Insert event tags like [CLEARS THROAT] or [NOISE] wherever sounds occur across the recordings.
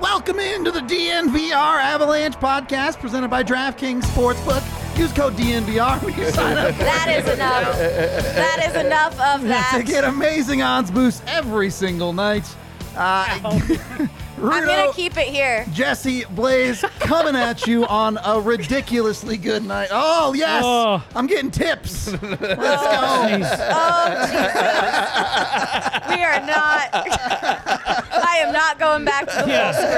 Welcome into the DNVR Avalanche podcast presented by DraftKings Sportsbook. Use code DNVR when you sign up That is enough. That is enough of to that. get amazing odds boosts every single night. [LAUGHS] Uh, I'm gonna Rudo, keep it [LAUGHS] here. Jesse, Blaze coming at you on a ridiculously good night. Oh, yes. Oh. I'm getting tips. Oh, Jesus. we are [LAUGHS] not. I am not going back to the Yeah. full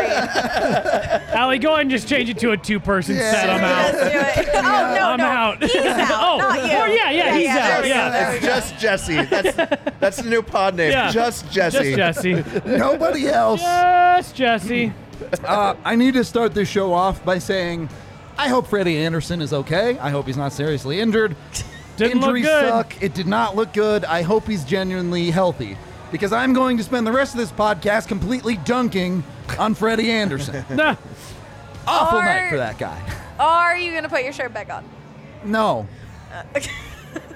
screen. [LAUGHS] Allie, go ahead and just change it to a two-person Yeah. set. I'm out. Let's do it. Oh [LAUGHS] no, I'm no. out. He's out. Oh. not you. Oh, yeah, yeah, he's there out, we go, yeah. there we It's go. just Jesse. That's that's the new pod name. Yeah. Just Jesse. Just Jesse. [LAUGHS] Nobody else. Just Jesse. Uh, I need to start this show off by saying I hope Freddie Anderson is okay. I hope he's not seriously injured. Didn't look Injuries good. suck. It did not look good. I hope he's genuinely healthy because I'm going to spend the rest of this podcast completely dunking on Freddie Anderson. [LAUGHS] Nah. Awful Or- night for that guy. Are you gonna put your shirt back on? No.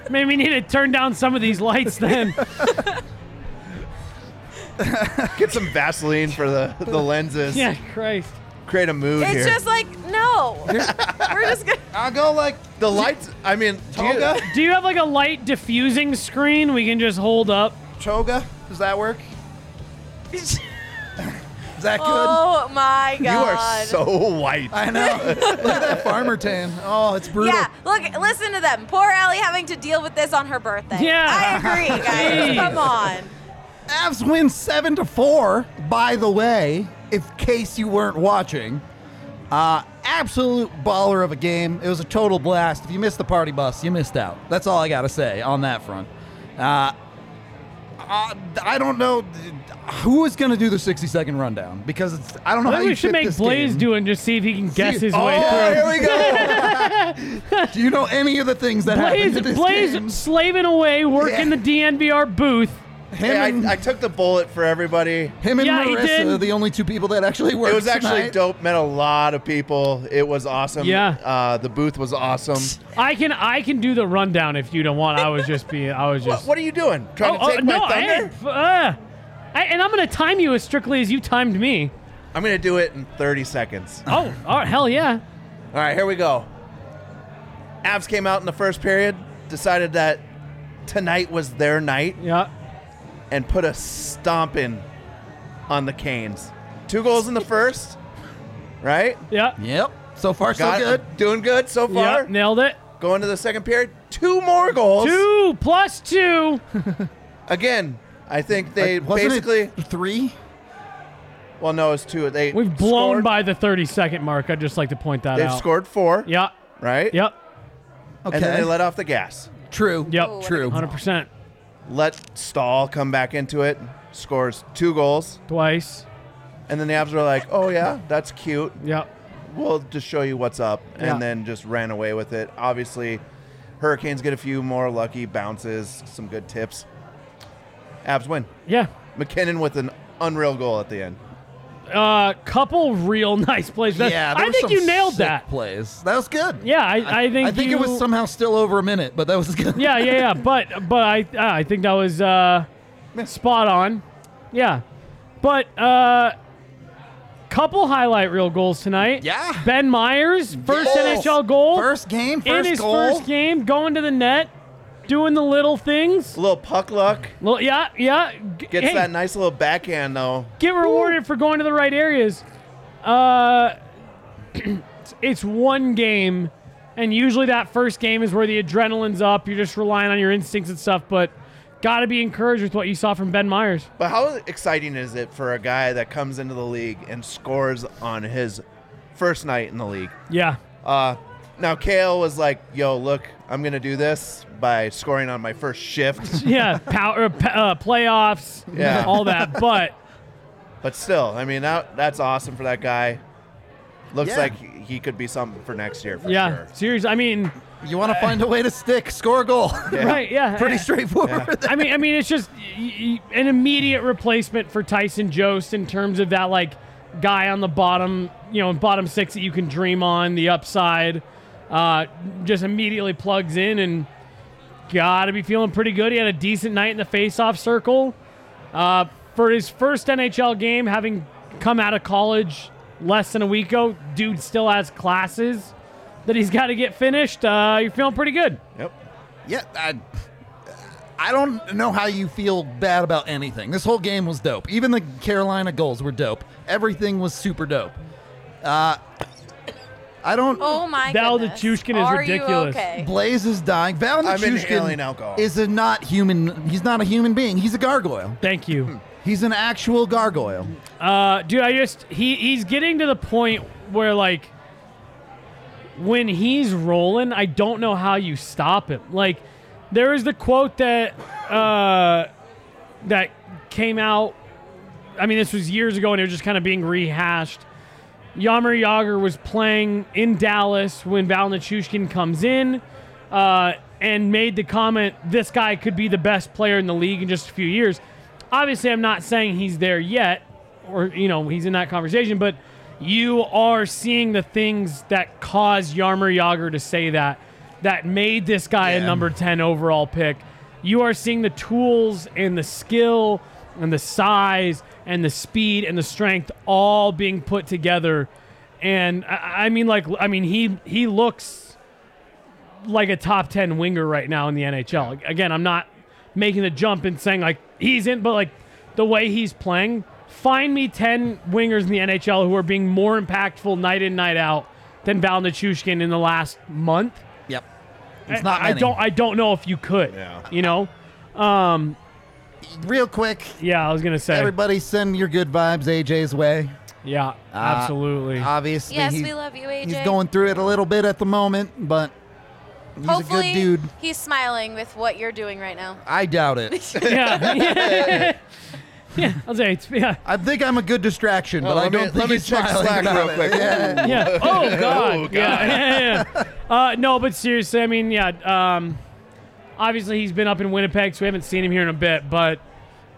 Maybe we need to turn down some of these lights then. Get some Vaseline for the, the lenses. yeah, Christ. Create a mood It's here. just like [LAUGHS] no. We're just gonna. I'll go like the lights. I mean, do you- Toga. Do you have like a light diffusing screen we can just hold up? Choga. Does that work? [LAUGHS] Is that good? Oh my God. you are so white. I know. [LAUGHS] Look at that farmer tan. Oh, it's brutal. Yeah, look, listen to them. Poor Allie having to deal with this on her birthday. Yeah. I agree, guys. [LAUGHS] Jeez. Come on. Avs win seven to four. By the way, if case you weren't watching, uh, absolute baller of a game. It was a total blast. If you missed the party bus, you missed out. That's all I gotta say on that front. Uh, uh, I don't know who is gonna do the sixty second rundown because it's, I don't know I how think you we should fit make this Blaze game. do it and just see if he can guess his oh, way here through. we go. [LAUGHS] do you know any of the things that happened Blaze, in this Blaze game? slaving away, working Yeah. the DNVR booth. Him Hey, and, I, I took the bullet for everybody. him and Yeah, he Marissa, did. are the only two people that actually worked. It was actually tonight. dope. Met a lot of people. It was awesome. Yeah. Uh, the booth was awesome. I can I can do the rundown if you don't want. I was just being I was [LAUGHS] what, just what are you doing? Trying Oh, to oh, take my no, hey, thunder? f- uh, I- and I'm gonna time you as strictly as you timed me. I'm gonna do it in 30 seconds. [LAUGHS] Oh, all right, hell yeah! All right, here we go. Avs came out in the first period, decided that tonight was their night, Yeah, and put a stomping on the Canes. Two goals in the first, right? yeah, Yep. So far, so Got- good. Doing good so yeah. far. Nailed it. Going to the second period, two more goals. Two [LAUGHS] plus two. Again, I think they Like, wasn't it basically. three. Well, no, it's two. They We've blown scored- by the 30 second mark. I'd just like to point that They've out. scored four, Yeah, right? yep, Okay. And then they let off the gas. True. yep. Ooh, True. [LAUGHS] 100%. Let Stahl come back into it, scores two goals. Twice. And then the abs were like, oh, yeah, that's cute. Yep. We'll just show you what's up. Yeah. And then just ran away with it. Obviously, Hurricanes get a few more lucky bounces, some good tips. Abs win. Yeah. McKinnon with an unreal goal at the end. Uh, couple real [LAUGHS] nice plays. That- Yeah. there I were think some you nailed sick that. Plays. That was good. Yeah, I, I think I think it was you- somehow still over a minute, but that was good. [LAUGHS] Yeah, yeah, yeah. But but I uh, I think that was uh, spot on. Yeah, but uh, couple highlight reel goals tonight. Yeah. Ben Myers first Yes. NHL goal First game, in first his goal. first game, going to the net, doing the little things. A little puck luck. Little, yeah, yeah. G- Gets hey, that nice little backhand, though. get rewarded for going to the right areas. Uh, [CLEARS THROAT] it's one game, and usually that first game is where the adrenaline's up. You're just relying on your instincts and stuff, but gotta be encouraged with what you saw from Ben Myers. But how exciting is it for a guy that comes into the league and scores on his first night in the league? Yeah, Uh, Now Kale was like, "Yo, look, I'm gonna do this by scoring on my first [LAUGHS] shift." [LAUGHS] yeah, power, uh, playoffs, Yeah. all that. But but still, I mean, that that's awesome for that guy. Looks Yeah. like he, he could be something for next year [LAUGHS] for yeah, sure. seriously, I mean, You want to find a way to stick, score a goal. [LAUGHS] right? Yeah, Pretty straightforward. I mean, I mean, it's just y- y- an immediate replacement for Tyson Jost in terms of that like guy on the bottom, you know, bottom six that you can dream on the upside. Uh, just immediately plugs in and got to be feeling pretty good. He had a decent night in the faceoff circle uh, for his first NHL game, having come out of college less than a week ago. Dude still has classes that he's got to get finished. Uh, you're feeling pretty good. Yep. Yeah, I, I don't know how you feel bad about anything. This whole game was dope. Even the Carolina goals were dope. Everything was super dope. Uh, I don't. Oh my Val the goodness. Chushkin is Are ridiculous. You okay? Blaze is dying. Val I'm Nichushkin inhaling alcohol. is a not human. He's not a human being. He's a gargoyle. Thank you. He's an actual gargoyle. Uh, dude, I just he he's getting to the point where like when he's rolling, I don't know how you stop him. Like there is the quote that uh, that came out. I mean, this was years ago, and it was just kind of being rehashed. Yammer Yager was playing in Dallas when Val Nichushkin comes in uh, and made the comment, "This guy could be the best player in the league in just a few years." Obviously, I'm not saying he's there yet, or you know, he's in that conversation, but you are seeing the things that caused Yarmer Yager to say that, that made this guy a Yeah. number 10 overall pick. You are seeing the tools and the skill and the size and the speed and the strength all being put together. And I, I mean, like, I mean, he he looks like a top 10 winger right now in the NHL. Like, Again, I'm not making the jump and saying like he's in, but like the way he's playing, find me 10 wingers in the NHL who are being more impactful night in, night out than Val Nichushkin in the last month. Yep. It's not I, I many. don't. I don't know if you could. Yeah. You know. Real quick, Yeah, I was gonna say. everybody send your good vibes AJ's way. Uh, yeah, absolutely. Obviously, Yes, he- we love you, AJ. he's going through it a little bit at the moment, but he's Hopefully, a good dude. he's smiling with what you're doing right now. I doubt it. [LAUGHS] yeah. [LAUGHS] yeah. [LAUGHS] I'll say it's yeah. I think I'm a good distraction, but Oh, I let me- don't think let me he's check smiling Slack about real it. quick. [LAUGHS] Yeah. Yeah. Oh God. God. Yeah. yeah, yeah, yeah. Uh, no, but seriously, I mean, yeah. Um, obviously, he's been up in Winnipeg, so we haven't seen him here in a bit. But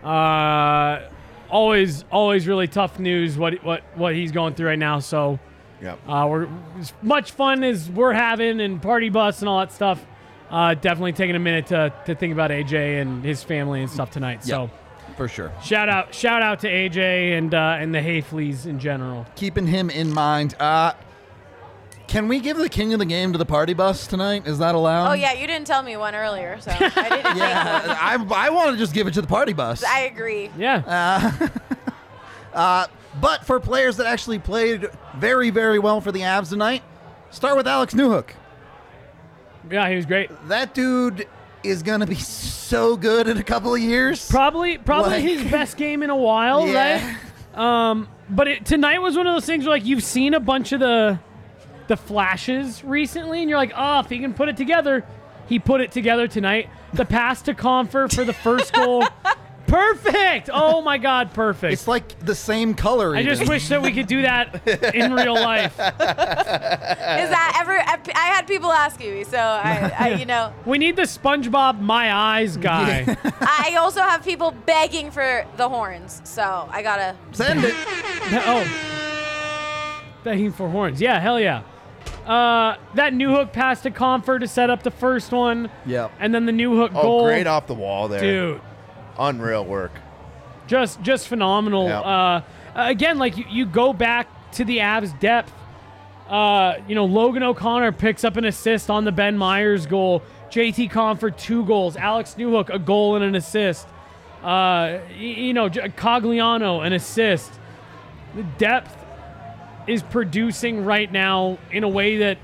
uh, always, always really tough news. What what what he's going through right now. So. Yep. Uh, we're as much fun as we're having and party bus and all that stuff. Uh, definitely taking a minute to, to think about AJ and his family and stuff tonight. So for sure. shout out shout out to AJ and uh, and the Hayfleys in general. Keeping him in mind. Uh, can we give the king of the game to the party bus tonight? Is that allowed? Oh yeah, you didn't tell me one earlier, so I didn't. [LAUGHS] Yeah, I, I want to just give it to the party bus. I agree. Uh, Yeah, But for players that actually played very, very well for the Avs tonight, start with Alex Newhook. yeah, he was great. That dude is going to be so good in a couple of years. Probably probably Like- [LAUGHS] his best game in a while, Yeah. right? Um, but it, tonight was one of those things where like you've seen a bunch of the the flashes recently, and you're like, oh, if he can put it together, he put it together tonight. The pass to Confer for the first [LAUGHS] goal, perfect. Oh my God, perfect. It's like the same color. I even. just wish that we could do that in real life. Is that ever? I- I had people ask me, so I, I you know, We need the SpongeBob My [LAUGHS] Eyes guy. I also have people begging for the horns, so I gotta. Send it. oh. Begging for horns. Yeah, hell yeah. Uh, that new hook pass to Comfort to set up the first one. Yep. And then the new hook Oh, goal. great off the wall there. Dude, Unreal work. just just phenomenal. Yeah. Uh, again, like you, you go back to the Avs depth. Uh, you know, Logan O'Connor picks up an assist on the Ben Myers goal. JT Comfort two goals. Alex Newhook a goal and an assist. Uh, y- you know, J- Cogliano an assist. The depth is producing right now in a way that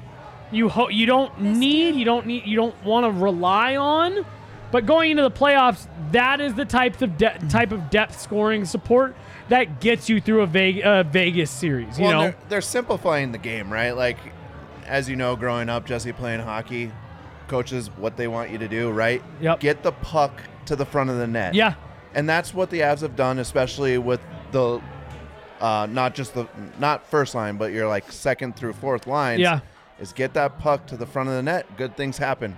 you ho- you don't need, you don't need, you don't want to rely on. But going into the playoffs, that is the type of de- type of depth scoring support that gets you through a Vegas, uh, Vegas series. You well, know, they're, they're simplifying the game, right? Like as you know, growing up, Jesse playing hockey, coaches what they want you to do, right? Yep. Get the puck to the front of the net. Yeah. And that's what the Avs have done, especially with the uh, not just the not first line, but your like second through fourth lines. Yeah. Is get that puck to the front of the net. Good things happen.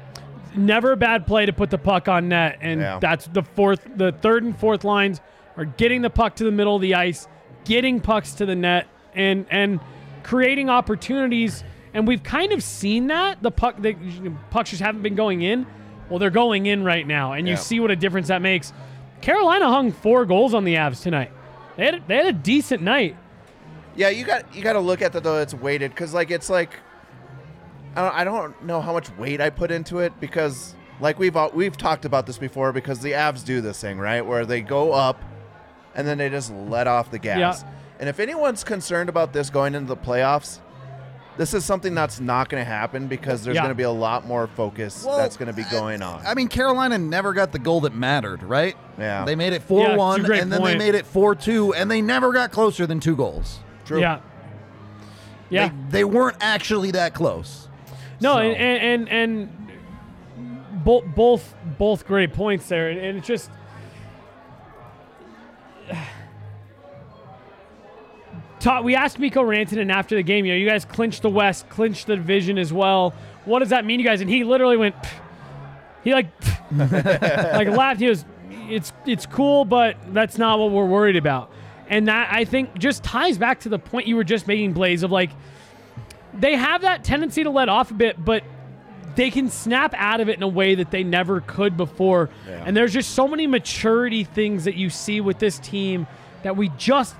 never a bad play to put the puck on net, and Yeah. that's the fourth, the third and fourth lines are getting the puck to the middle of the ice, getting pucks to the net, and and creating opportunities. And we've kind of seen that the puck, the pucks just haven't been going in. Well, they're going in right now, and you Yeah. see what a difference that makes. Carolina hung four goals on the Avs tonight. They had, they had a decent night. Yeah, you got you got to look at the though it's weighted because like it's like I don't, I don't know how much weight I put into it because like we've all, we've talked about this before because the Avs do this thing right where they go up and then they just let off the gas. Yeah. And if anyone's concerned about this going into the playoffs, this is something that's not going to happen because there's Yeah. going to be a lot more focus Well, that's going to be going on. I mean, Carolina never got the goal that mattered, right? Yeah. They made it Yeah, 4 it's a 1, great and then point. they made it 4 2, and they never got closer than two goals. True. Yeah. Yeah. They, they weren't actually that close. No, So- and and and, and both both both great points there, and, and it's just [SIGHS] Todd. We asked Miko Rantanen after the game. You know, you guys clinched the West, clinched the division as well. What does that mean, you guys? And he literally went. "Pff." He like [LAUGHS] like laughed. He was, it's it's cool, but that's not what we're worried about. And that I think just ties back to the point you were just making, Blaze, of like they have that tendency to let off a bit, but they can snap out of it in a way that they never could before. Yeah. And there's just so many maturity things that you see with this team that we just,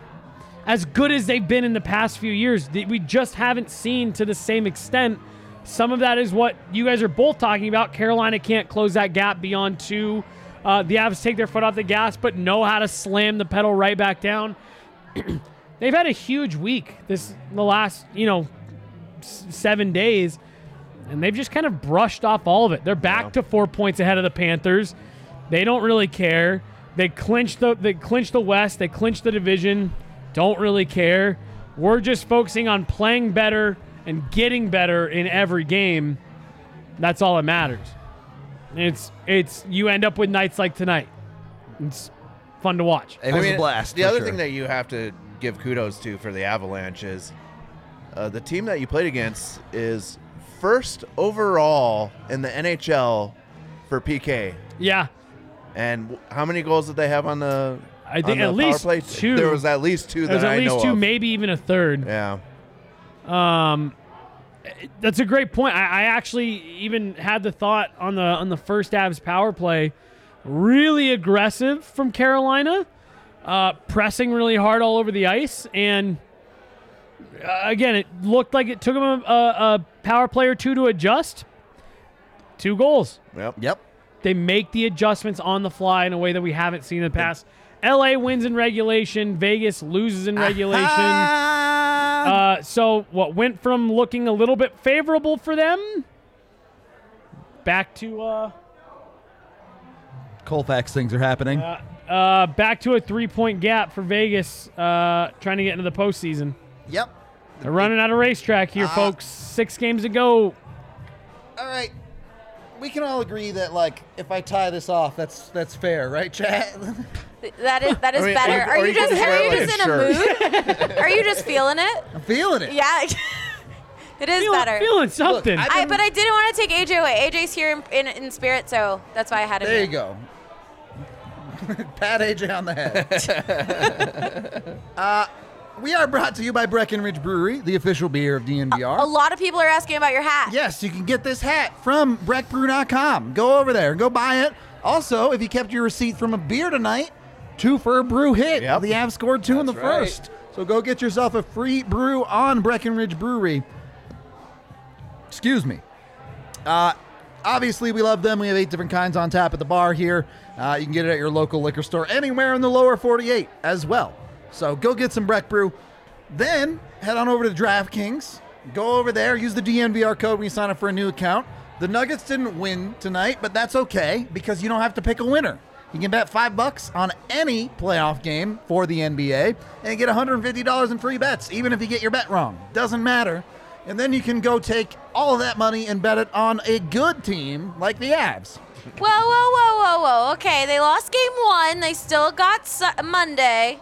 as good as they've been in the past few years, that we just haven't seen to the same extent. Some of that is what you guys are both talking about. Carolina can't close that gap beyond two. Uh, the Avs take their foot off the gas, but know how to slam the pedal right back down. they've had a huge week this the last you know s- seven days, and they've just kind of brushed off all of it. They're back to four points ahead of the Panthers. They don't really care. They clinched the they clinched the West. They clinched the division. Don't really care. We're just focusing on playing better and getting better in every game. That's all that matters. It's it's you end up with nights like tonight. It's fun to watch. It was a blast. The for other sure. thing that you have to give kudos to for the Avalanche is uh, the team that you played against is first overall in the NHL for PK. Yeah. And w- how many goals did they have on the? I think on the at least power play? two. There was at least two that There's at I least know two, of. maybe even a third. yeah, Um, that's a great point. I, I actually even had the thought on the on the first Avs power play, really aggressive from Carolina, uh, pressing really hard all over the ice, and uh, again, it looked like it took them a, a, a power play or two to adjust. Two goals. yep. Yep. They make the adjustments on the fly in a way that we haven't seen in the past. LA wins in regulation. Vegas loses [LAUGHS] in regulation. Ah, Uh, so what went from looking a little bit favorable for them back to uh, Colfax things are happening. uh, back to a three point gap for Vegas, uh, trying to get into the postseason. yep. They're running out of racetrack here, Ah. folks. Six games to go. All right. We can all agree that like if I tie this off, that's that's fair, right, chat? That is that is Or you- better. or are you you can just just are wear you like a just in a mood? are you just feeling it? [LAUGHS] I'm feeling it. Yeah, [LAUGHS] it is Feeling, better. feeling something. I- I, but I didn't want to take AJ away. AJ's here in, in, in spirit, so that's why I had him. There you here. go. [LAUGHS] Pat AJ on the head. uh, we are brought to you by Breckenridge Brewery, the official beer of DNVR. A lot of people are asking about your hat. Yes, you can get this hat from breckbrew.com. Go over there and go buy it. Also, if you kept your receipt from a beer tonight, two for a brew hit. Yep. The Avs scored two in the That's right. first. So go get yourself a free brew on Breckenridge Brewery. Excuse me. Uh, obviously, we love them. We have eight different kinds on tap at the bar here. Uh, you can get it at your local liquor store anywhere in the lower 48 as well. So go get some Breck Brew. Then head on over to DraftKings. Go over there, use the DNVR code when you sign up for a new account. The Nuggets didn't win tonight, but that's okay because you don't have to pick a winner. You can bet five bucks on any playoff game for the NBA and get $150 in free bets, even if you get your bet wrong. Doesn't matter. And then you can go take all of that money and bet it on a good team like the Avs. Whoa, whoa, whoa, whoa, whoa. Okay, they lost game one. They still got su- Monday.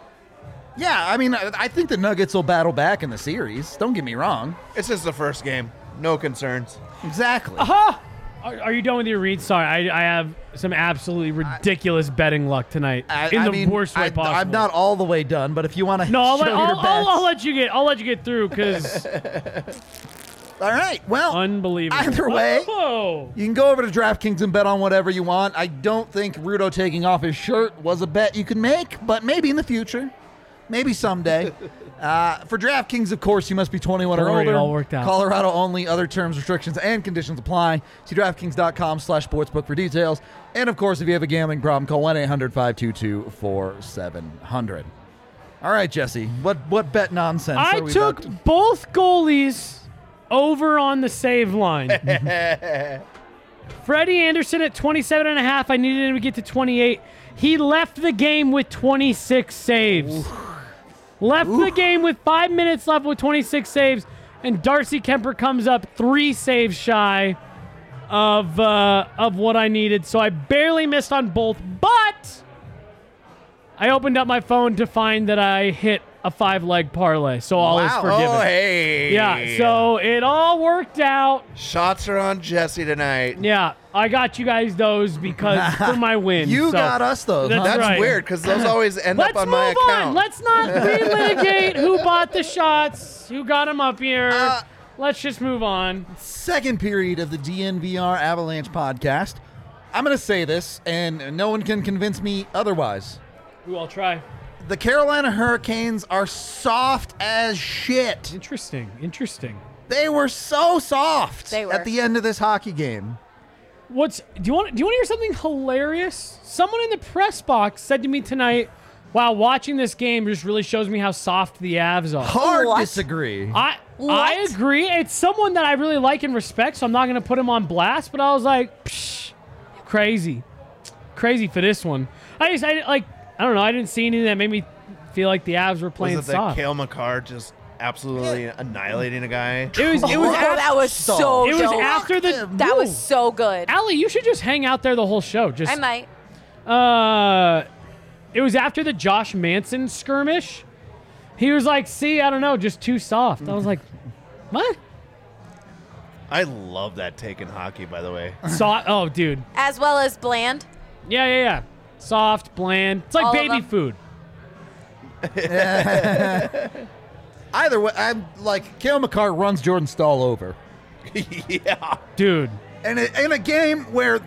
Yeah, I mean, I I think the Nuggets will battle back in the series. Don't get me wrong. It's just the first game. No concerns. Exactly. Uh-huh. Are, are you done with your read? Sorry, I, I have some absolutely ridiculous betting luck tonight I, in I the mean, worst way I, possible. I'm not all the way done, but if you want to No, I'll show let, your I'll, bets, I'll, I'll let you get. I'll let you get through [LAUGHS] because all right. Well, unbelievable. Either way- Whoa. You can go over to DraftKings and bet on whatever you want. I don't think Rudo taking off his shirt was a bet you could make, but maybe in the future, maybe [LAUGHS] someday. uh, for DraftKings, of course, you must be 21 Don't or worry, it older. all worked out. Colorado only. Other terms, restrictions, and conditions apply. See DraftKings.com/sportsbook for details. And of course, if you have a gambling problem, call 1-800-522-4700. All right, Jesse. What what bet nonsense? I are we took about to- both goalies over on the [LAUGHS] save line. Freddie Anderson at 27 and a half. I needed him to get to 28. He left the game with 26 saves. Left the game with five minutes left with 26 saves, and Darcy Kemper comes up three saves shy of uh, of what I needed. So I barely missed on both, but I opened up my phone to find that I hit a five leg parlay. So all is Wow. forgiven. Oh, hey. Yeah, so it all worked out. shots are on Jesse tonight. Yeah, I got you guys those because for my win. You so- got us though. That's That's right. weird because [LAUGHS] those always end Let's up on move my account. on. Let's [LAUGHS] not relitigate who bought the shots, who got them up here. Uh, Let's just move on. second period of the DNVR Avalanche podcast. I'm going to say this, and no one can convince me otherwise. Who I'll try. The Carolina Hurricanes are soft as shit. Interesting. Interesting. They were so soft They were. at the end of this hockey game. What's do you want? Do you want to hear something hilarious? Someone in the press box said to me tonight, "Wow, watching this game just really shows me how soft the Avs are." Hard What? disagree. I I What? agree. It's someone that I really like and respect, so I'm not going to put him on blast. But I was like, Psh, crazy, crazy for this one. I just I like I don't know. I didn't see anything that made me feel like the Avs were playing Was it that soft. Kale McCarr just absolutely annihilating a guy? It was it was Oh, af- that was so it was dope. after the That Ooh. was so good. Allie, you should just hang out there the whole show. Just I might. uh, it was after the Josh Manson skirmish. He was like, "See, I don't know, just too soft." I was like, [LAUGHS] "What?" I love that take in hockey, by the [LAUGHS] way. Soft? Oh, dude. As well as bland. Yeah, yeah, yeah. Soft, bland. It's like All of baby them. food. Either way, I'm like, Kale McCarr runs Jordan Stahl over. yeah. Dude, And it- in a game where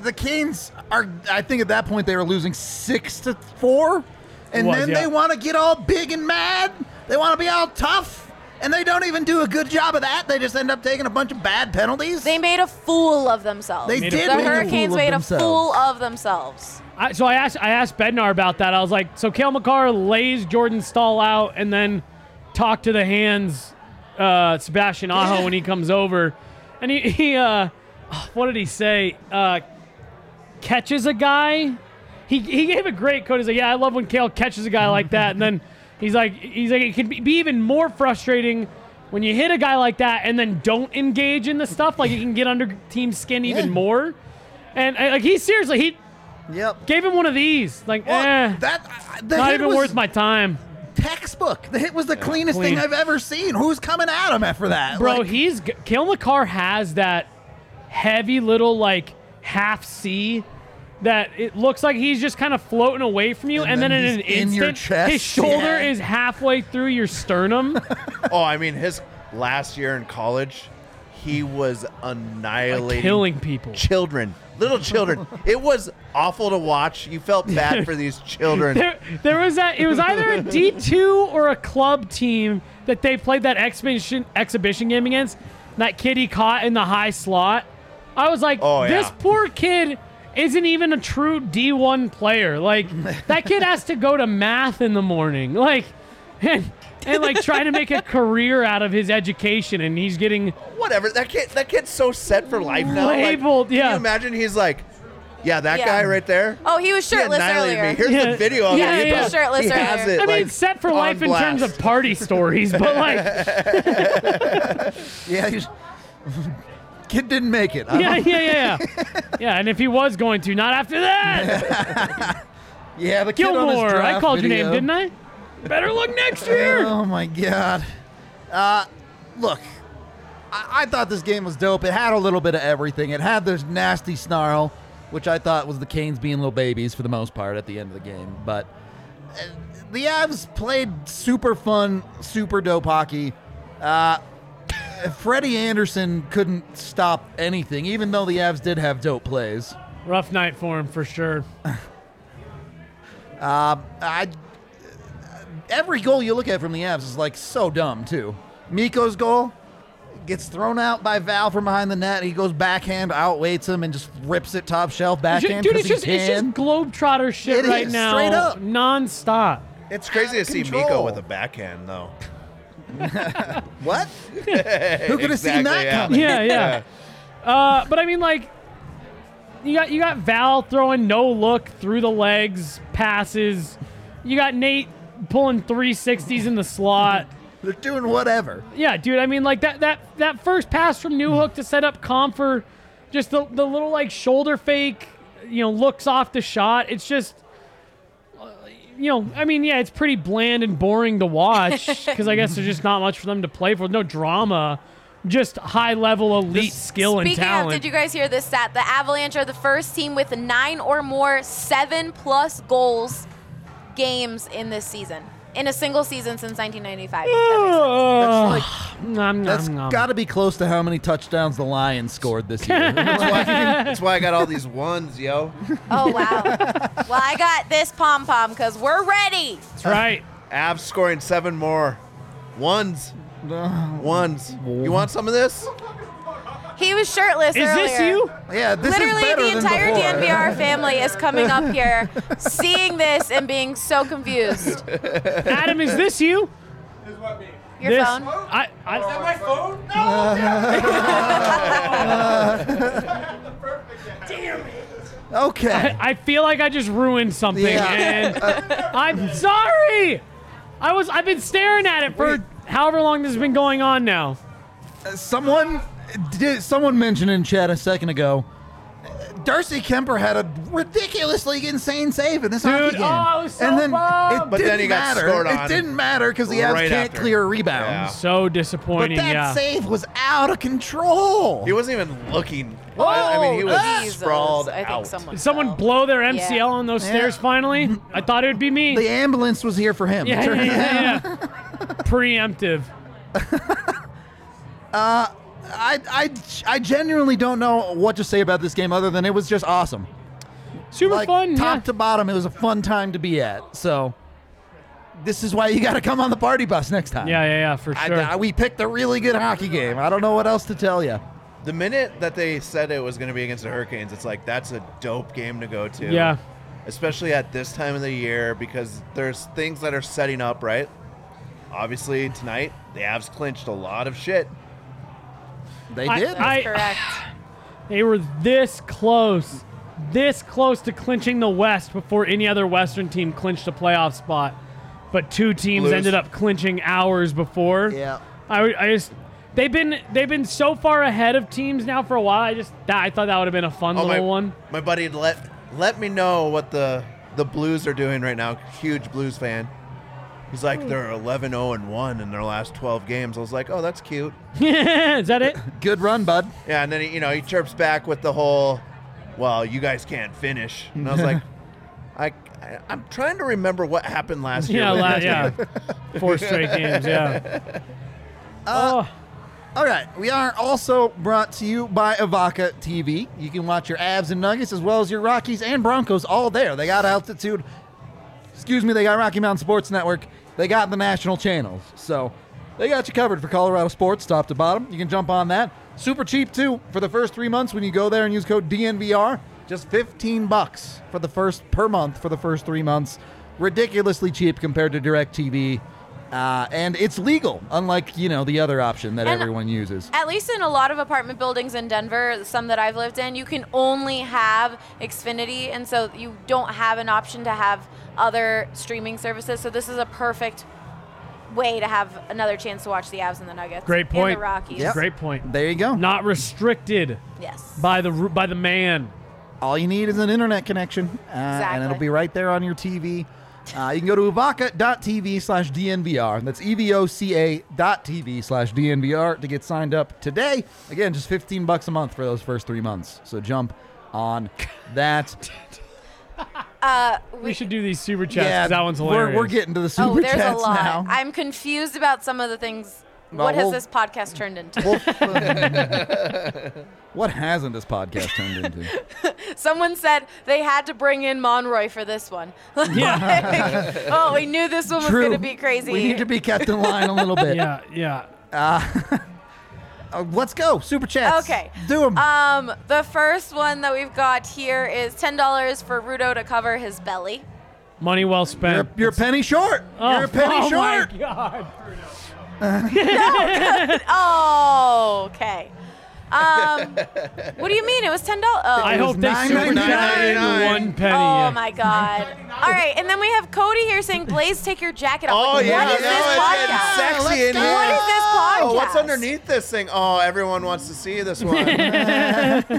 the Canes are, I think at that point they were losing six to four, and was, then yeah. they want to get all big and mad. They want to be all tough, and they don't even do a good job of that. They just end up taking a bunch of bad penalties. They made a fool of themselves. They Made a did The fool of Hurricanes made a themselves. fool of themselves. I, so I asked I asked Bednar about that. I was like, so Kale McCarr lays Jordan Stahl out and then talk to the hands uh, Sebastian Aho when he comes over, and he, he uh, what did he say? Uh, catches a guy. He, he gave a great quote. He's like, yeah, I love when Kale catches a guy like that, and then he's like he's like it can be, be even more frustrating. When you hit a guy like that and then don't engage in the stuff, like it can get under team skin even Yeah. more. And uh, like he seriously, he yep. Gave him one of these. Like, Well, eh, that the not hit even was worth my time. textbook. The hit was the cleanest clean. thing I've ever seen. Who's coming at him after that, Bro, Like, he's... g- Kale McCarr has that heavy little, like, half C that it looks like he's just kind of floating away from you. And And, then, then in an he's in instant, your chest. his shoulder Yeah. is halfway through [LAUGHS] your sternum. Oh, I mean, his last year in college, he was annihilating killing people. children, little [LAUGHS] children. it was awful to watch. You felt bad for these children. There, there was that. It was either [LAUGHS] a D two or a club team that they played that exhibition exhibition game against. And that kid he caught in the high slot. I was like, Oh, this yeah. poor kid isn't even a true D one player. Like that kid has to go to math in the morning. Like and and like trying to make a career out of his education, and he's getting Whatever. That kid. That kid's so set for life now. Like, Labeled, can yeah. you imagine he's like, Yeah, that Yeah. guy right there. Oh, he was he shirtless annihilated earlier. me. Here's Yeah. the video of Yeah, it. He yeah. put- Shirtless he has earlier. it, I I mean, like, it's set for on life in terms blast. of party stories, but [LAUGHS] like, Yeah, he's- [LAUGHS] kid didn't make it. I yeah, yeah, don't- yeah, yeah, yeah. And if he was going to, not after that, yeah, the kid on his Gilmore. I draft called your video. name, didn't I? Better look next year. Oh my god. Uh, look, I-, I thought this game was dope. It had a little bit of everything. It had this nasty snarl, which I thought was the Canes being little babies for the most part at the end of the game. But uh, the Avs played super fun, super dope hockey. Uh, Freddie Anderson couldn't stop anything, even though the Avs did have dope plays. Rough night for him for sure. I, every goal you look at from the Avs is like so dumb too. Miko's goal gets thrown out by Val from behind the net. He goes backhand, outweights him, and just rips it top shelf backhand. Dude, 'cause it's just he it's just can. globetrotter shit It right is, now, straight up. nonstop. [LAUGHS] It's crazy to out of see control. Miko with a backhand though. [LAUGHS] what? Who could have seen Exactly, that yeah. coming? Yeah, yeah. Uh, but I mean, like, you got you got Val throwing no look through the legs passes. You got Nate pulling 360s in the slot. They're doing whatever. Yeah, dude. I mean, like that that that first pass from New Hook to set up Comfer, just the the little like shoulder fake, you know, looks off the shot. It's just, uh, you know, I mean, yeah, it's pretty bland and boring [LAUGHS] to watch because I guess there's just not much for them to play for. No drama, just high level elite skill and Speaking talent. of, did you guys hear this stat? The Avalanche are the first team with nine or more seven plus goals games in this season, in a single season since 1995. [SIGHS] Hmm. That's That's got to be close to how many touchdowns the Lions scored this [LAUGHS] year. That's [LAUGHS] why, that's why I got all these ones, yo. oh, wow. well, I got this pom pom because we're ready. That's right. Avs scoring seven more ones. [LAUGHS] Ones. You want some of this? He was shirtless Is earlier. [LAUGHS] this you? yeah, this is Literally, better the than entire before. [LAUGHS] DNVR family is coming up here, seeing this and being so confused. Adam, is this you? Your this phone? [LAUGHS] I, I My phone? No! Okay. I feel like I just ruined something Yeah. [LAUGHS] Uh, and I'm sorry. I was I've been staring at it for Wait. however long this has been going on now. Someone did. Someone mentioned in chat a second ago. Darcy Kemper had a ridiculously insane save in this hockey Dude, game, oh, I was so and then it bummed. didn't But then he got matter. scored It on didn't matter because the Avs right can't after. clear rebounds. So But disappointing, that yeah. save was out of control. He wasn't even looking. I I mean, he was Oh, Jesus. sprawled I think out. someone Did someone fell. blow their MCL on those Yeah. stairs finally? I thought it would be me. the ambulance was here for him. yeah, yeah, Turns out. yeah, yeah. Preemptive. [LAUGHS] I, I, I genuinely don't know what to say about this game other than it was just awesome. Super like fun. top yeah. to bottom, it was a fun time to be at. So this is why you got to come on the party bus next time. yeah, yeah, yeah, for I- sure. I- we picked a really good hockey game. I don't know what else to tell you. The minute that they said it was going to be against the Hurricanes, it's like that's a dope game to go to. Yeah. Especially at this time of the year because there's things that are setting up, right? Obviously, tonight the Avs clinched a lot of shit. They I- did. I- Correct. They were this close, this close to clinching the West before any other Western team clinched a playoff spot. But two teams Blues. ended up clinching hours before. yeah. I, I just they've been they've been so far ahead of teams now for a while. I just that, I thought that would have been a fun Oh, Oh, my, little one. [LAUGHS] my buddy let let me know what the the Blues are doing right now. Huge Blues fan. He's Hmm. like they're 11 0 and 1 in their last 12 games. I was like, "Oh, that's cute." Is that [LAUGHS] it? Good run, bud. Yeah, and then he, you know, he chirps back with the whole, "Well, you guys can't finish." And I [LAUGHS] was like, I, I I'm trying to remember what happened last year. yeah, with la- that yeah. team. Four [LAUGHS] straight games. Yeah. Uh, oh. All right. We are also brought to you by Avaca TV. You can watch your Avs and Nuggets as well as your Rockies and Broncos all there. They got altitude. Excuse me. They got Rocky Mountain Sports Network. They got the national channels. So they got you covered for Colorado sports, top to bottom. You can jump on that. Super cheap too for the first three months when you go there and use code DNVR. Just 15 bucks for the first per month for the first three months. Ridiculously cheap compared to DirecTV Uh, and it's legal, unlike you know the other option that And- everyone uses. At least in a lot of apartment buildings in Denver, some that I've lived in, you can only have Xfinity, and so you don't have an option to have other streaming services. So this is a perfect way to have another chance to watch the Avs and the Nuggets. Great point. And the Rockies. Yep. Great point. There you go. Not restricted Yes. by the ru- by the man. All you need is an internet connection, uh, and it'll Exactly. be right there on your TV. Uh, you can go to uvaka.tv slash DNVR. That's E E-V-O-C-A dot TV slash DNVR to get signed up today. Again, just 15 bucks a month for those first three months. So jump on [LAUGHS] that. We should do these super chats. 'cause yeah, that one's hilarious. we're, we're getting to the super Oh, there's a chats lot. now. I'm confused about some of the things. Well, what we'll- has this podcast turned into? [LAUGHS] Well, [LAUGHS] what hasn't this podcast turned [LAUGHS] into? Someone said they had to bring in Monroy for this one. [LAUGHS] yeah. oh, we knew this one was going to be crazy. We need to be kept in line a [LAUGHS] little bit. yeah, yeah. Uh, let's go. Super chats. Okay. Do them. Um, the first one that we've got here is ten dollars for Rudo to cover his belly. Money well spent. You're, you're a penny short. Oh, you're a penny oh short. My God. Oh, okay. [LAUGHS] Um, what do you mean? It was ten dollars. Oh, I was hope they super chat in $9.99. one penny. oh my God. All right, and then we have Cody here saying, "Blaze, take your jacket off." Oh Like, yeah, what is no, this it's getting podcast? sexy in here. What is this podcast? Oh, what's underneath this thing? Oh, everyone wants to [LAUGHS] see this one. [LAUGHS]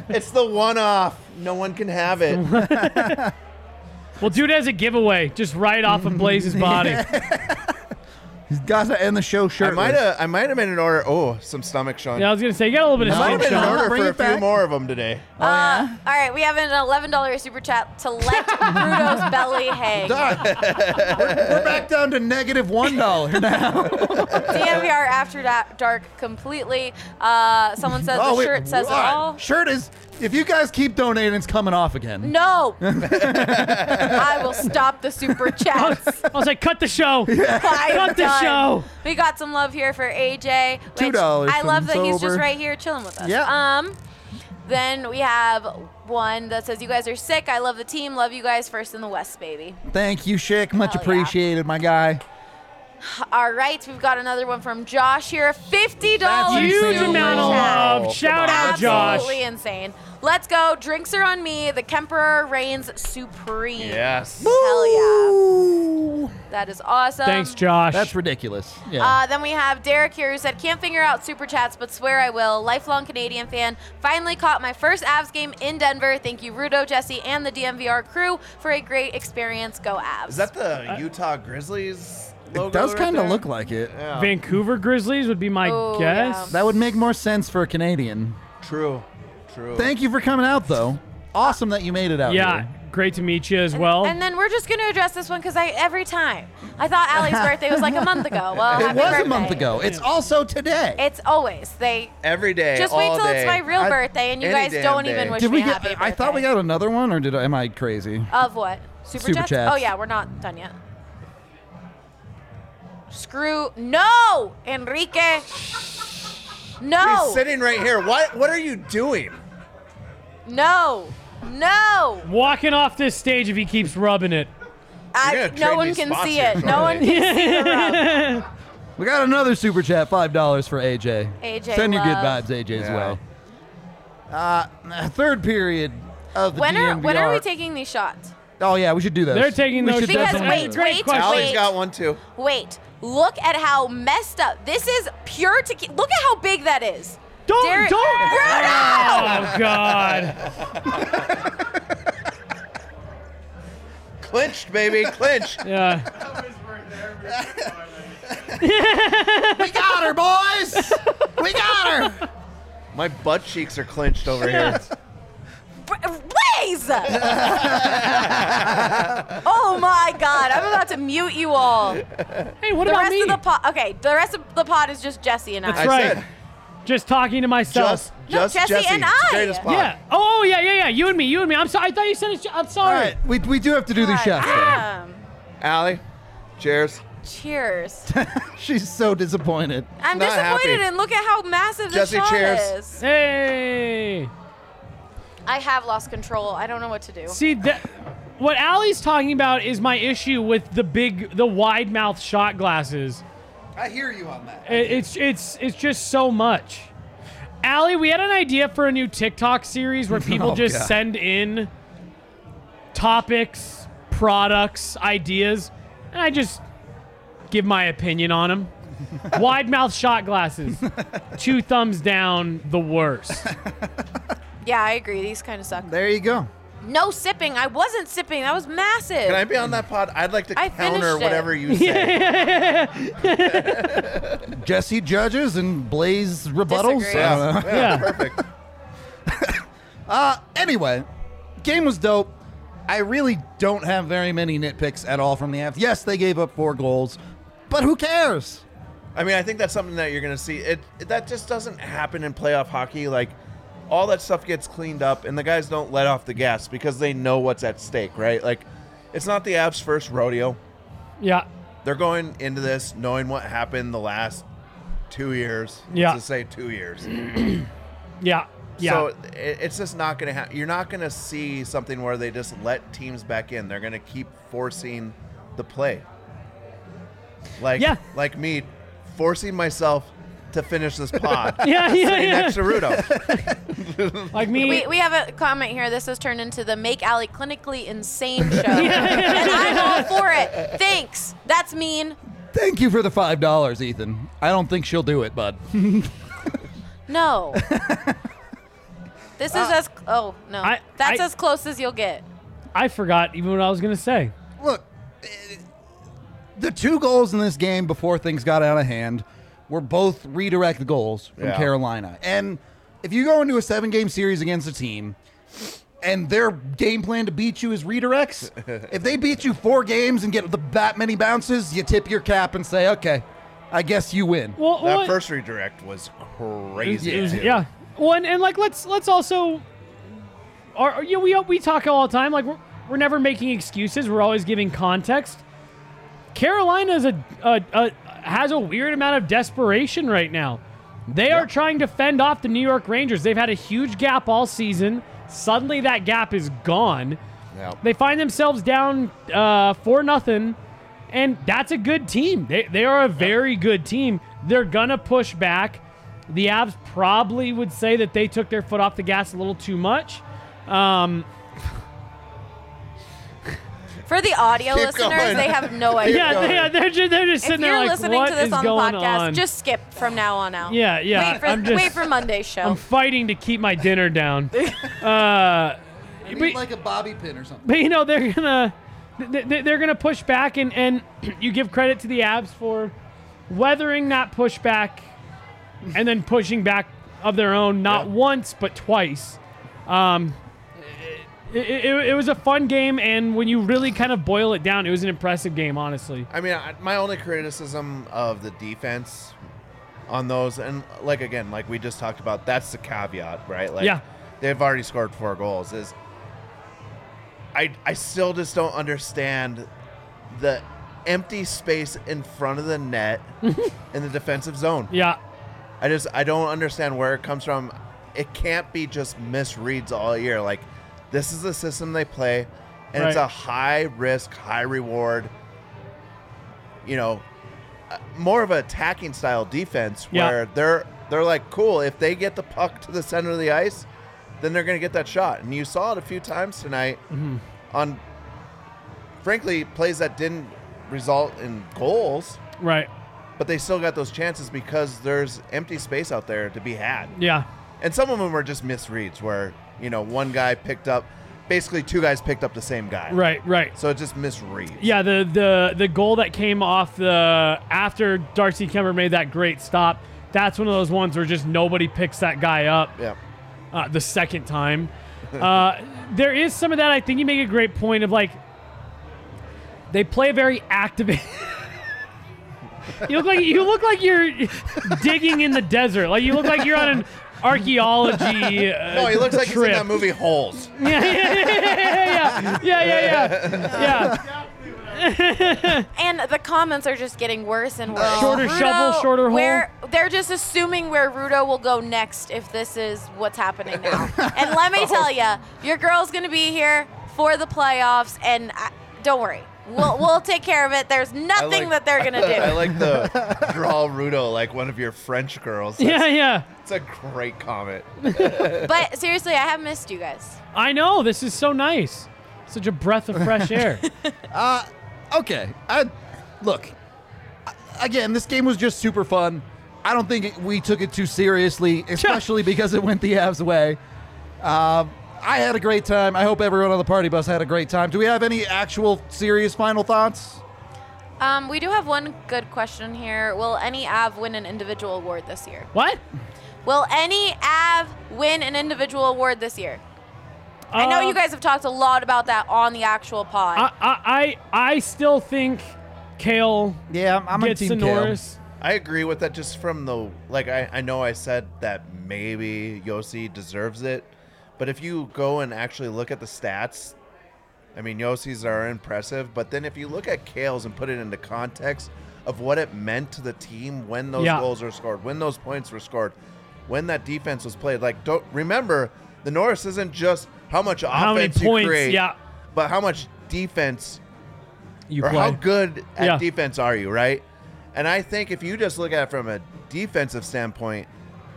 it's the one-off. No one can have it. [LAUGHS] Well, dude has a giveaway. Just right off [LAUGHS] of Blaze's body. He's got to end the show I shirtless. might have. I might have made an order. Oh, some stomach shunk. Yeah, I was gonna say you got a little bit of I might stomach have made Sean. an shock. order Bring for a it few back. more of them today. Uh, all right, we have an eleven dollars super chat to [LAUGHS] let Rudo's belly hang. Done. we're, we're back down to negative one dollar [LAUGHS] now. DMVR after da- dark completely. Uh, someone says Oh, the wait, shirt says it what? all. Shirt is. If you guys keep donating, it's coming off again. No, I will stop the [LAUGHS] super chats. I was like, cut [LAUGHS] the show. I'm Cut the done. show. We got some love here for AJ. which $2 I love from that he's just Sober. right here chilling with us. Yeah. Um. Then we have one that says, "You guys are sick. I love the team. Love you guys. First in the West, baby." Thank you, Chick. Much Hell yeah. appreciated, my guy. All right, we've got another one from Josh here. Fifty That's dollars. Huge Absolutely. amount of Oh, love. Shout come out, on. Josh. Absolutely um, insane. Let's go. Drinks are on me. The Kemperer reigns supreme. Yes. Hell Ooh. yeah. That is awesome. Thanks, Josh. That's ridiculous. Yeah. Uh, then we have Derek here who said, Can't figure out super chats, but swear I will. Lifelong Canadian fan. Finally caught my first Avs game in Denver. Thank you, Rudo, Jesse, and the DMVR crew for a great experience. Go Avs. Is that the Utah Grizzlies logo? it does right kind of there? look like it. Vancouver Grizzlies would be my Oh, guess. That would make more sense for a Canadian. True. True. Thank you for coming out, though. Awesome that you made it out. Yeah, here. great to meet you as well. And then we're just going to address this one because I every time I thought [LAUGHS] Allie's birthday was like a month ago. Well, It happy was a birthday. month ago. It's also today. It's always they Every day. Just wait all till day. it's my real I- birthday and you any guys damn don't day. even wish did me we get? happy I thought we birthday. got another one, or did I, am I crazy? Of what? Super, Super chats? chats. Oh yeah, we're not done yet. Screw no, Enrique. He's No, sitting right here. What? What are you doing? no, no. Walking off this stage if he keeps rubbing it. You're I, gonna no trade one these can spots see here it. No one [LAUGHS] shortly. can see it. We got another super chat, five dollars for AJ. AJ send your good love. vibes AJ's Yeah. way. Uh, third period of the When are when are DNVR. we taking these shots? Oh yeah, we should do this. They're taking We those should Because definitely- wait, Great wait, question. Allie's wait. got one too. Wait, look at how messed up. This is pure tequila. Look at how big that is. Oh, Don't, Derek- don't. Bruno! [LAUGHS] Oh God. Clinched, baby. [LAUGHS] Clinched. Yeah. We got her, boys. we got her. My butt cheeks are clinched over here. [LAUGHS] Blaze! oh my god, I'm about to mute you all. The Hey, what about rest me? of the pod, okay, the rest of the pod is just Jesse and I. I right. said, Just talking to myself. just, No, just Jesse and It's the I. Greatest pod. yeah. Oh, oh, yeah, yeah, yeah. You and me. You and me. I'm sorry. I thought you said it's. [LAUGHS] I'm All sorry. right, we, we do have to do the God shots. though. damn. Allie, cheers. um, [LAUGHS] Cheers. She's so disappointed. I'm Not disappointed happy. and look at how massive this Jesse, shot cheers. is. Hey. I have lost control. I don't know what to do. See that. What Allie's talking about is my issue with the big, the wide mouth shot glasses. I hear you on that. It- It's it's it's just so much. Allie, we had an idea for a new TikTok series [LAUGHS] where people Oh, just God. send in topics, products, ideas, and I just give my opinion on [LAUGHS] them. Wide mouth shot glasses, two thumbs down, the [LAUGHS] worst. Yeah, I agree. These kind of suck. There you go. No sipping. I wasn't sipping. That was massive. Can I be on that pod? I'd like to I finished counter it. whatever [LAUGHS] you say. Jesse judges and Blaze rebuttals. Disagree. I don't know. [LAUGHS] Yeah. Perfect. Uh, Anyway, game was dope. I really don't have very many nitpicks at all from the Avs. Yes, they gave up four goals, but who cares? I mean, I think that's something that you're going to see. It that just doesn't happen in playoff hockey. Like all that stuff gets cleaned up, and the guys don't let off the gas because they know what's at stake, right? Like it's not the Avs' first rodeo. Yeah. They're going into this knowing what happened the last two years. Yeah. to say two years. Yeah. Yeah. [LAUGHS] So it, it's just not going to happen. You're not going to see something where they just let teams back in. They're going to keep forcing the play. Like Yeah. like me forcing myself to finish this pod [LAUGHS] yeah, yeah, yeah. next [LAUGHS] to Rudo. Like me. We, we have a comment here. This has turned into the Make Alley Clinically [LAUGHS] Insane show. and I'm all for it. Thanks. That's mean. Thank you for the five dollars, Ethan. I don't think she'll do it, bud. No. [LAUGHS] this is Uh, as. Oh, no. I- That's I- as close as you'll get. I forgot even what I was gonna say. Look, eh, the two goals in this game before things got out of hand were both redirect goals from Yeah. Carolina. And if you go into a seven game series against a team and their game plan to beat you is redirects, if they beat you four games and get the that many bounces, you tip your cap and say, okay, I guess you win. Well, That well, first redirect was crazy. It was- dude. yeah. Well, and, and like let's let's also, or or, you know, we we talk all the time. Like we're, we're never making excuses. We're always giving context. Carolina's a, a, a has a weird amount of desperation right now. They are trying to fend off the New York Rangers. They've had a huge gap all season. Suddenly, that gap is gone. Yeah. They find themselves down uh, four nothing, and that's a good team. They they are a very good team. They're gonna push back. The Avs probably would say that they took their foot off the gas a little too much. Um, For the audio Keep listeners, going. they have [LAUGHS] no idea. yeah, they, yeah, they're just they're just If sitting you're there like, listening what to this is on the going podcast, on? just skip from now on out. Yeah, yeah, Wait for, I'm just- wait for Monday's show. I'm fighting to keep my dinner down. but- like a bobby pin or something. but you know they're gonna they- they- they're gonna push back and and [CLEARS THROAT] you give credit to the abs for weathering that pushback and then pushing back of their own not once but twice um it, it, it was a fun game and when you really kind of boil it down it was an impressive game honestly I mean, I, my only criticism of the defense on those, and like again, like we just talked about, that's the caveat, right? Like, Yeah. they've already scored four goals. Is I I still just don't understand the empty space in front of the net in the defensive zone. yeah I just I don't understand where it comes from. It can't be just misreads all year. Like this is the system they play, and it's Right. a high risk, high reward. You know, uh, more of an attacking style defense Yeah. where they're they're like cool if they get the puck to the center of the ice, then they're gonna get that shot. And you saw it a few times tonight Mm-hmm. on, frankly, plays that didn't result in goals right but they still got those chances because there's empty space out there to be had. yeah And some of them were just misreads where, you know, one guy picked up, basically two guys picked up the same guy. right right So it just misreads. Yeah, the the the goal that came off the after Darcy Kemper made that great stop. That's one of those ones where just nobody picks that guy up Yeah. uh, the second time. Uh, there is some of that. I think you make a great point of like they play very activated. [LAUGHS] you look like you look like you're digging in the desert. Like you look like you're on an archaeology. Uh, No, he looks like he's in trip. that movie Holes. yeah, yeah, yeah, yeah, yeah, yeah, yeah, yeah. And the comments are just getting worse and worse. Shorter shovel, shorter hole. Where they're just assuming where Rudo will go next if this is what's happening [LAUGHS] now. and Oh. let me tell you, your girl's gonna be here for the playoffs, and I, don't worry, [LAUGHS] We'll, we'll take care of it. There's [LAUGHS] I nothing like- that they're [LAUGHS] gonna I do. like the draw Rudo like one of your French girls. That's, Yeah, yeah. It's a great comment. but seriously, I have missed you guys. I know. This is so nice. Such a breath of [LAUGHS] fresh air. Okay. I look. I- Again, this game was just super fun. I don't think it- we took it too seriously, especially because it went the Avs way. Um, I had a great time. I hope everyone on the party bus had a great time. Do we have any actual serious final thoughts? Um, we do have one good question here. Will any Av win an individual award this year? what? Will any Av win an individual award this year? I know Uh, you guys have talked a lot about that on the actual pod. I, I, I, I still think Kale Yeah, I'm gets a the team Kale. Norris. I agree with that just from the like I, I know I said that maybe Yossi deserves it, but if you go and actually look at the stats, I mean Yossi's are impressive, but then if you look at Kale's and put it into context of what it meant to the team when those Yeah. goals were scored, when those points were scored, when that defense was played, like don't remember the Norris isn't just how much offense How many you points, create, yeah. but how much defense You or play. how good at Yeah. defense are you, right? And I think if you just look at it from a defensive standpoint,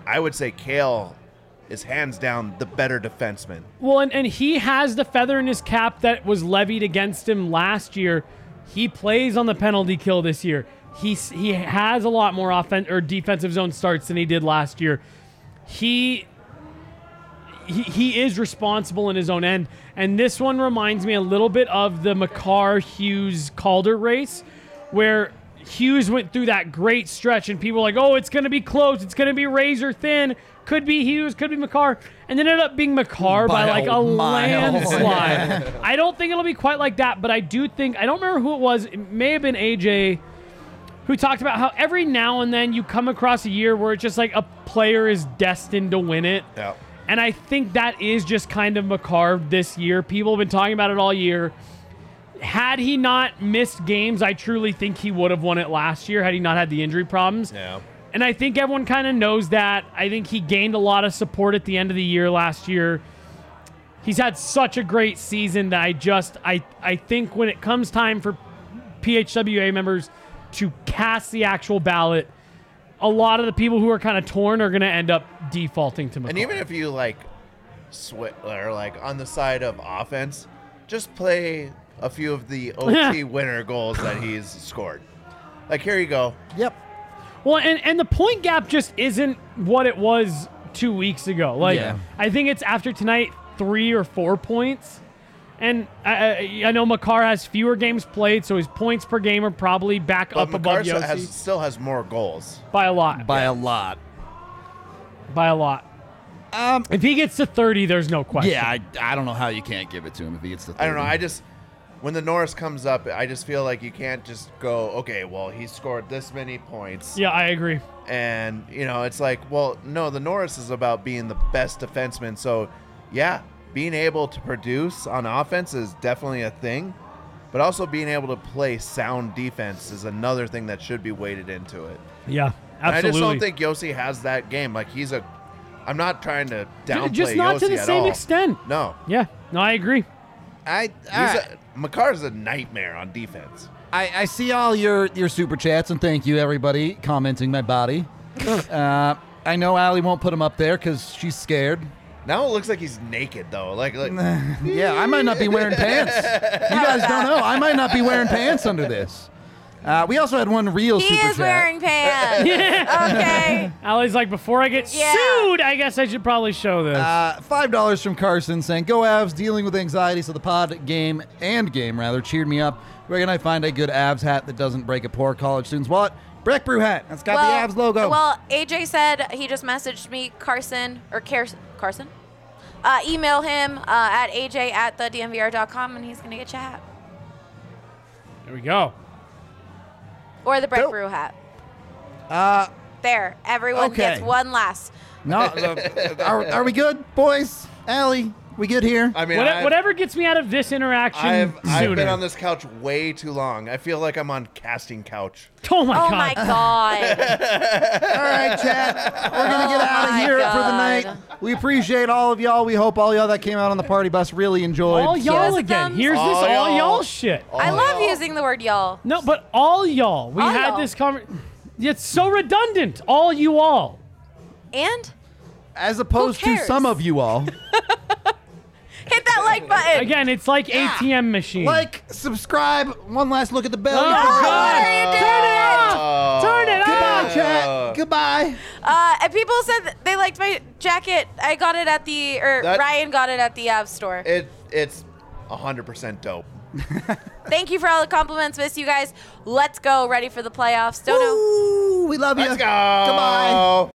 I would say Kale is hands down the better defenseman. Well, and, and he has the feather in his cap that was levied against him last year. He plays on the penalty kill this year. He s- he has a lot more offen- or defensive zone starts than he did last year. He he, he is responsible in his own end. And this one reminds me a little bit of the McCarr Hughes Calder race, where Hughes went through that great stretch and people were like, oh, it's going to be close. It's going to be razor thin. Could be Hughes, could be McCarr. And it ended up being McCarr by, By like a a mile. [LAUGHS] landslide. I don't think it'll be quite like that, but I do think, I don't remember who it was. It may have been AJ who talked about how every now and then you come across a year where it's just like a player is destined to win it. Yeah. And I think that is just kind of McCarved this year. People have been talking about it all year. Had he not missed games, I truly think he would have won it last year had he not had the injury problems. Yeah. And I think everyone kind of knows that. I think he gained a lot of support at the end of the year last year. He's had such a great season that I just I I think when it comes time for PHWA members to cast the actual ballot, a lot of the people who are kind of torn are going to end up defaulting to McCall. And even if you like switch or like on the side of offense, just play a few of the [LAUGHS] OT winner goals that he's scored. Like here you go. Yep. Well, and, and the point gap just isn't what it was two weeks ago. Like, Yeah. I think it's after tonight, three or four points. And I, I, I know Makar has fewer games played, so his points per game are probably back But up above McCarr Yossi has, still has more goals. by a lot. By, By a lot. a lot. Um, If he gets to 30, there's no question. Yeah, I, I don't know how you can't give it to him if he gets the. 30. I don't know. I just when the Norris comes up, I just feel like you can't just go, okay, well, he scored this many points. Yeah, I agree. And, you know, it's like, well, no, the Norris is about being the best defenseman. So, yeah, being able to produce on offense is definitely a thing, but also being able to play sound defense is another thing that should be weighted into it. Yeah, And I absolutely. just don't think Yossi has that game. Like, he's a. I'm not trying to downplay just not to Yossi the at same all. extent. No. yeah, no, I agree. [LAUGHS] I He's a, Makar's a nightmare on defense. I, I see all your, your super chats and thank you everybody commenting my [LAUGHS] body. uh, I know Allie won't put him up there because she's scared. Now it looks like he's naked though. Like, like Yeah, I might not be wearing pants. You guys don't know. I might not be wearing pants under this. Uh, we also had one real he super is chat. [LAUGHS] wearing pants. okay. Allie's like, before I get Yeah. sued, I guess I should probably show this. uh, Five dollars from Carson saying, "Go Avs! Dealing with anxiety, so the pod game and game rather cheered me up. Where can I find a good Avs hat that doesn't break a poor college student's wallet? Breck Brew hat. That's got the Avs logo. Well, AJ said he just messaged me, Carson, or Carson, Carson? Uh, email him uh, at aj at the DMVR.com and he's going to get you a hat. there we go. Or the Brett Dope. Brew hat. Uh, there. Everyone okay. gets one last. no, uh, are, are we good, boys? Allie, We good here? I mean, What- I've, whatever gets me out of this interaction I've, I've sooner. been on this couch way too long. I feel like I'm on casting couch. oh my Oh god! my [LAUGHS] god. All right, chat. We're gonna get out of Oh my here for the God. night. We appreciate all of y'all. We hope all y'all that came out on the party bus really enjoyed. all y'all Just again. thumbs Here's All this all y'all. y'all shit. I Oh, love y'all. using the word y'all. No, but all y'all. We All had y'all. this conversation. It's so redundant. All you all. And as opposed to cares? some of you [LAUGHS] all. hit that [LAUGHS] like button. Again, it's like ATM machine. like, subscribe. One last look at the bell. Oh, Y'all. God. Oh. Turn it Goodbye, off. chat. Goodbye. Uh, and people said that they liked my jacket. I got it at the, or That- Ryan got it at the app store. It it's hundred percent dope. Thank you for all the compliments. Miss you guys. Let's go. Ready for the playoffs. Don't know. Woo, we love you. Let's go. Goodbye.